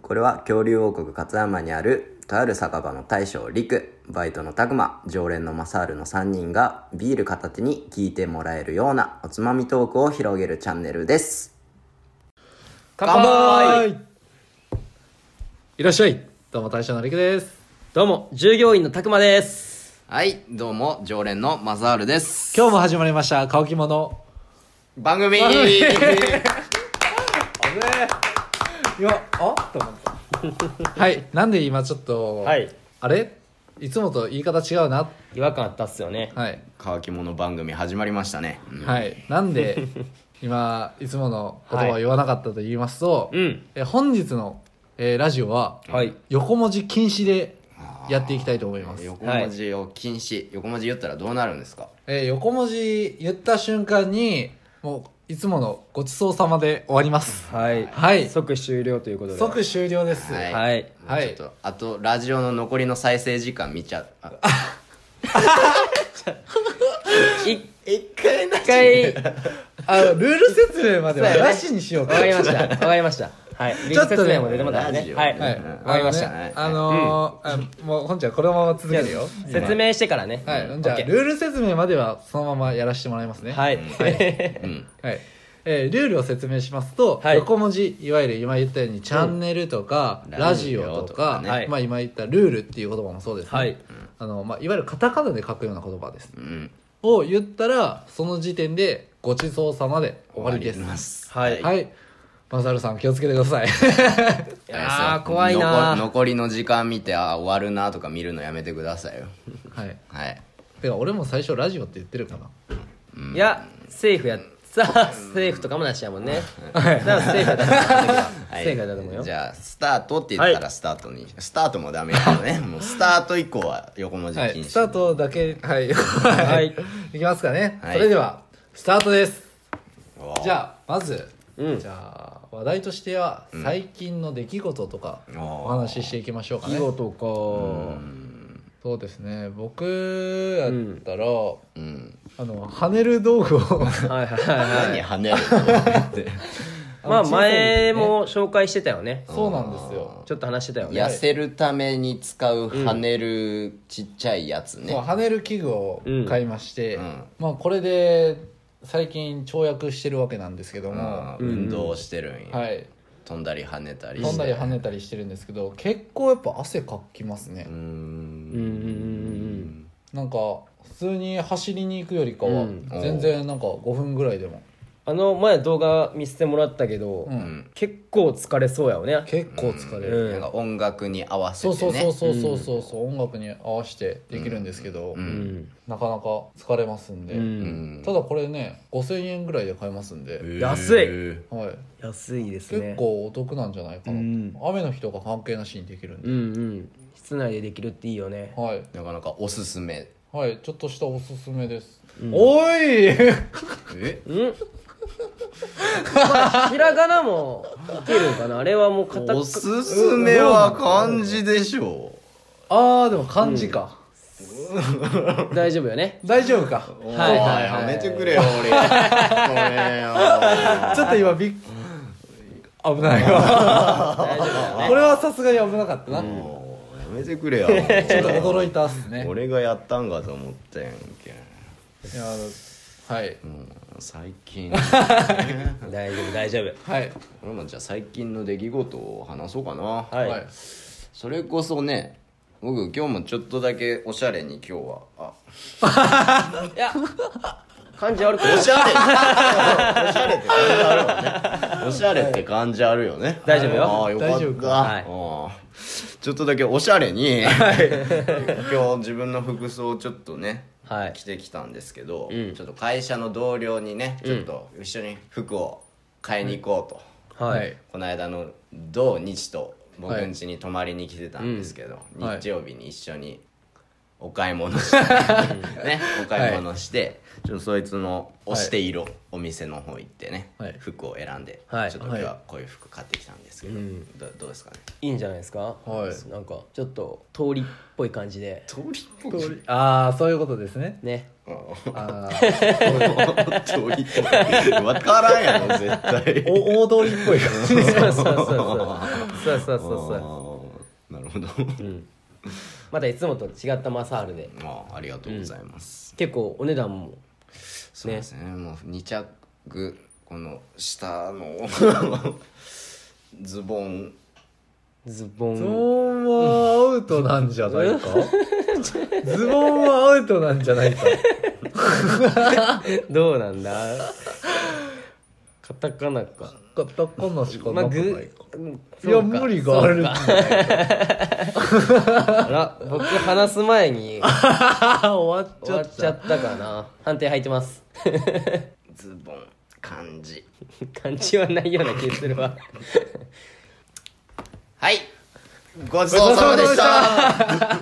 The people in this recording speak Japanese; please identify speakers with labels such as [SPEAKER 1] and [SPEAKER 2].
[SPEAKER 1] これは恐竜王国勝山にあるとある酒場の大将陸バイトの拓磨常連のマサールの3人がビール片手に聞いてもらえるようなおつまみトークを広げるチャンネルです
[SPEAKER 2] 乾杯いらっしゃいどうも大将のりくです
[SPEAKER 3] どうも、従業員のたくまです。
[SPEAKER 1] はいどうも常連のマサールです
[SPEAKER 2] 今日も始まりました乾き物
[SPEAKER 1] 番 組
[SPEAKER 2] あれいやあと思ったはいなんで今ちょっと、
[SPEAKER 3] はい
[SPEAKER 2] あれいつもと言い方違うな
[SPEAKER 3] 違和感あったっすよね。
[SPEAKER 2] はい、
[SPEAKER 1] 乾き物番組始まりましたね、うん
[SPEAKER 2] はいなんで今いつもの言葉を言わなかったと言いますと、
[SPEAKER 3] うん。
[SPEAKER 2] え本日の、えーラジオは
[SPEAKER 3] はい。
[SPEAKER 2] 横文字禁止でやっていきたいと思います
[SPEAKER 1] 横文字を禁止、横文字言ったらどうなるんですか
[SPEAKER 2] えー横文字言った瞬間にもういつものごちそうさまで終わります
[SPEAKER 3] はい。
[SPEAKER 2] はい
[SPEAKER 3] 即終了ということで。
[SPEAKER 2] 即終了です、
[SPEAKER 1] はい
[SPEAKER 3] はい。
[SPEAKER 2] はい
[SPEAKER 1] ちょっとあとラジオの残りの再生時間見ちゃあ
[SPEAKER 3] 一
[SPEAKER 1] 一回な
[SPEAKER 3] 回、
[SPEAKER 2] あのルール説明まではなしにしようか
[SPEAKER 3] わかりました。わかりました。はい。
[SPEAKER 2] ちょっとね
[SPEAKER 3] 説明も出てもらった
[SPEAKER 1] ラジ
[SPEAKER 3] ね。
[SPEAKER 1] オ
[SPEAKER 3] はい。
[SPEAKER 2] はい
[SPEAKER 1] うん
[SPEAKER 3] わかりました。
[SPEAKER 1] はい
[SPEAKER 2] あのーあもう本ちゃんこのまま続けるよ
[SPEAKER 3] 説明してからね。
[SPEAKER 2] はい、
[SPEAKER 3] うん
[SPEAKER 2] じゃあ
[SPEAKER 3] オッケ
[SPEAKER 2] ルール説明まではそのままやらせてもらいますね
[SPEAKER 3] ーはい。
[SPEAKER 1] うん
[SPEAKER 2] はいえールールを説明しますと、
[SPEAKER 3] はい
[SPEAKER 2] 横文字いわゆる今言ったようにチャンネルとか、
[SPEAKER 1] ん
[SPEAKER 2] ラジオとか
[SPEAKER 1] ラジオとか
[SPEAKER 3] ねはい
[SPEAKER 2] まあ、今言ったルールっていう言葉もそうですね、
[SPEAKER 3] はい
[SPEAKER 2] あのまあ、いわゆるカタカナで書くような言葉です
[SPEAKER 1] うん
[SPEAKER 2] を言ったらその時点でごちそうさまで終わりです
[SPEAKER 1] 終わります
[SPEAKER 3] はい。
[SPEAKER 2] はいマサルさん気をつけてください
[SPEAKER 3] いやー、怖い
[SPEAKER 1] 残
[SPEAKER 3] なー
[SPEAKER 1] 残りの時間見てあー終わるなとか見るのやめてくださいよ
[SPEAKER 2] はい
[SPEAKER 1] はい
[SPEAKER 2] てか俺も最初ラジオって言ってるかない
[SPEAKER 3] や、セーフや。さあ、セーフとかもなしやもんね。はい。だからセーフやった。
[SPEAKER 1] はい
[SPEAKER 3] セーフやったと思うよ
[SPEAKER 1] じ。ゃあスタートって言った
[SPEAKER 3] は
[SPEAKER 1] らスタートに、スタートもダメだ ねもうスタート以降は横文字
[SPEAKER 2] は
[SPEAKER 1] 禁
[SPEAKER 2] い
[SPEAKER 1] 止
[SPEAKER 2] スタートだけはい
[SPEAKER 3] は
[SPEAKER 2] はいい いきますかね、
[SPEAKER 1] はい
[SPEAKER 2] それではスタートです
[SPEAKER 1] おー
[SPEAKER 2] じゃあまず、
[SPEAKER 3] うん
[SPEAKER 2] じゃあ話題としては最近の出来事とか
[SPEAKER 1] おー
[SPEAKER 2] お話ししていきましょうかね、
[SPEAKER 3] とか
[SPEAKER 2] そうですね僕やったら、
[SPEAKER 1] うん
[SPEAKER 2] あの跳ねる道 具を
[SPEAKER 3] はいはいはいはい
[SPEAKER 1] 何。跳ねる
[SPEAKER 3] まあ
[SPEAKER 2] 小さい
[SPEAKER 3] 前も紹介してたよね。
[SPEAKER 2] そうなんですよ
[SPEAKER 3] ちょっと話してたよ
[SPEAKER 1] の
[SPEAKER 3] ね。
[SPEAKER 1] 痩せるために使う跳ねるちっちゃいやつね、
[SPEAKER 2] そう跳ねる器具を買いまして、
[SPEAKER 1] うんうん
[SPEAKER 2] まあこれで最近跳躍してるわけなんですけど
[SPEAKER 1] あ
[SPEAKER 2] も
[SPEAKER 1] ー、運動してるんや、
[SPEAKER 2] はい
[SPEAKER 1] 飛んだり跳ねたりして
[SPEAKER 2] 飛んだり跳ねたりしてるんですけど結構やっぱ汗かきますね、
[SPEAKER 1] うーん
[SPEAKER 3] うんうんうん
[SPEAKER 2] なんか普通に走りに行くよりかは
[SPEAKER 3] うん
[SPEAKER 2] 全然なんか5分ぐらいでも
[SPEAKER 3] あの前動画見せてもらったけど、
[SPEAKER 2] うん
[SPEAKER 3] 結構疲れそうやよね
[SPEAKER 2] 結構疲れ
[SPEAKER 3] う
[SPEAKER 2] る、
[SPEAKER 3] ん
[SPEAKER 1] なんか音楽に合わせて
[SPEAKER 2] そ
[SPEAKER 1] ね
[SPEAKER 2] うそうそうそうそうそうそう、音楽に合わせてできるんですけど、
[SPEAKER 1] う
[SPEAKER 3] うんん
[SPEAKER 2] なかなか疲れますんで、
[SPEAKER 1] うん
[SPEAKER 2] ただこれね5000円ぐらいで買えますんで、
[SPEAKER 3] 安い
[SPEAKER 1] へー
[SPEAKER 2] はい
[SPEAKER 3] 安いですね
[SPEAKER 2] 結構お得なんじゃないかな、
[SPEAKER 3] うん
[SPEAKER 2] 雨の日とか関係なしにできるん
[SPEAKER 3] う
[SPEAKER 2] で、
[SPEAKER 3] んうん室内でできるっていいよね
[SPEAKER 2] はい
[SPEAKER 1] なかなかおすすめ
[SPEAKER 2] はいちょっとしたおすすめです、おい
[SPEAKER 1] え
[SPEAKER 3] うんまあひらがなもいけるんか なあれはもうカタ
[SPEAKER 1] おすすめは漢字でしょ
[SPEAKER 2] あーでも漢字か、
[SPEAKER 3] 大丈夫よね
[SPEAKER 2] 大丈夫か
[SPEAKER 1] う
[SPEAKER 3] はいはいはい
[SPEAKER 1] おいやめてくれよ俺ごめんよ
[SPEAKER 2] ちょっと今びっ危ないわこれはさすがに危なかったな、
[SPEAKER 1] もうやめてくれよ
[SPEAKER 2] ちょっと驚いたっすね
[SPEAKER 1] 俺がやったんかと思ったやんけ
[SPEAKER 2] いやはい
[SPEAKER 1] うん最近
[SPEAKER 3] 大丈夫大丈夫
[SPEAKER 2] はい
[SPEAKER 1] 俺もじゃあ最近の出来事を話そうかな
[SPEAKER 3] はい、
[SPEAKER 2] はい
[SPEAKER 1] それこそね僕今日もちょっとだけおしゃれに今日はあ
[SPEAKER 3] い、や感じ悪くない
[SPEAKER 1] おしゃれおしゃれって感じあるよねおしゃれって感じあるよね
[SPEAKER 3] 大丈夫よ
[SPEAKER 1] ああよか
[SPEAKER 2] 大丈
[SPEAKER 1] っ
[SPEAKER 2] 夫
[SPEAKER 1] た、
[SPEAKER 2] か
[SPEAKER 3] はい
[SPEAKER 1] うんちょっとだけおしゃれに、今日自分の服装をちょっとね
[SPEAKER 3] はい
[SPEAKER 1] 着てきたんですけど、
[SPEAKER 3] うん
[SPEAKER 1] ちょっと会社の同僚にねちょっと一緒に服を買いに行こうと、
[SPEAKER 3] はい
[SPEAKER 1] この間の土日と僕ん家に泊まりに来てたんですけど、
[SPEAKER 2] うんはい
[SPEAKER 1] 日曜日に一緒にお買い物してねお買い物して、ちょっとそいつの押して色、お店の方行ってね、
[SPEAKER 2] はい
[SPEAKER 1] 服を選んで、
[SPEAKER 3] はい
[SPEAKER 1] ちょっと今日はこういう服買ってきたんですけど、どどうですかね
[SPEAKER 3] いいんじゃないですか
[SPEAKER 2] はい
[SPEAKER 3] なんかちょっと通りっぽい感じで
[SPEAKER 1] 通りっぽい
[SPEAKER 2] ああそういうことですね
[SPEAKER 3] ね
[SPEAKER 2] あー
[SPEAKER 1] 通りっぽい分からんやろ絶対
[SPEAKER 2] お大通りっぽい感じ
[SPEAKER 3] そうそうそうそうそう そうそうそう
[SPEAKER 1] あーなるほど、
[SPEAKER 3] またいつもと違ったマサールで
[SPEAKER 1] まあありがとうございます、
[SPEAKER 3] 結構お値段も
[SPEAKER 1] そうですねもう2着この下のズボン
[SPEAKER 3] ズボ
[SPEAKER 2] ズボ
[SPEAKER 3] ン
[SPEAKER 2] ンはアウトなんじゃないかズボンはアウトなんじゃないか
[SPEAKER 3] どうなんだカタカナか
[SPEAKER 2] カタカナしか
[SPEAKER 3] まあ
[SPEAKER 2] なく
[SPEAKER 3] ぐ
[SPEAKER 2] ないか、
[SPEAKER 3] そうか
[SPEAKER 2] いや無理があるんじゃないか
[SPEAKER 3] あら僕話す前
[SPEAKER 2] 終
[SPEAKER 3] に
[SPEAKER 2] わっち
[SPEAKER 3] 終
[SPEAKER 2] ゃ
[SPEAKER 3] わ
[SPEAKER 2] っ
[SPEAKER 3] っちゃったかな判定入ってます
[SPEAKER 1] ズボン漢字
[SPEAKER 3] 感じはないような気するわ
[SPEAKER 1] はいごちそうさまでした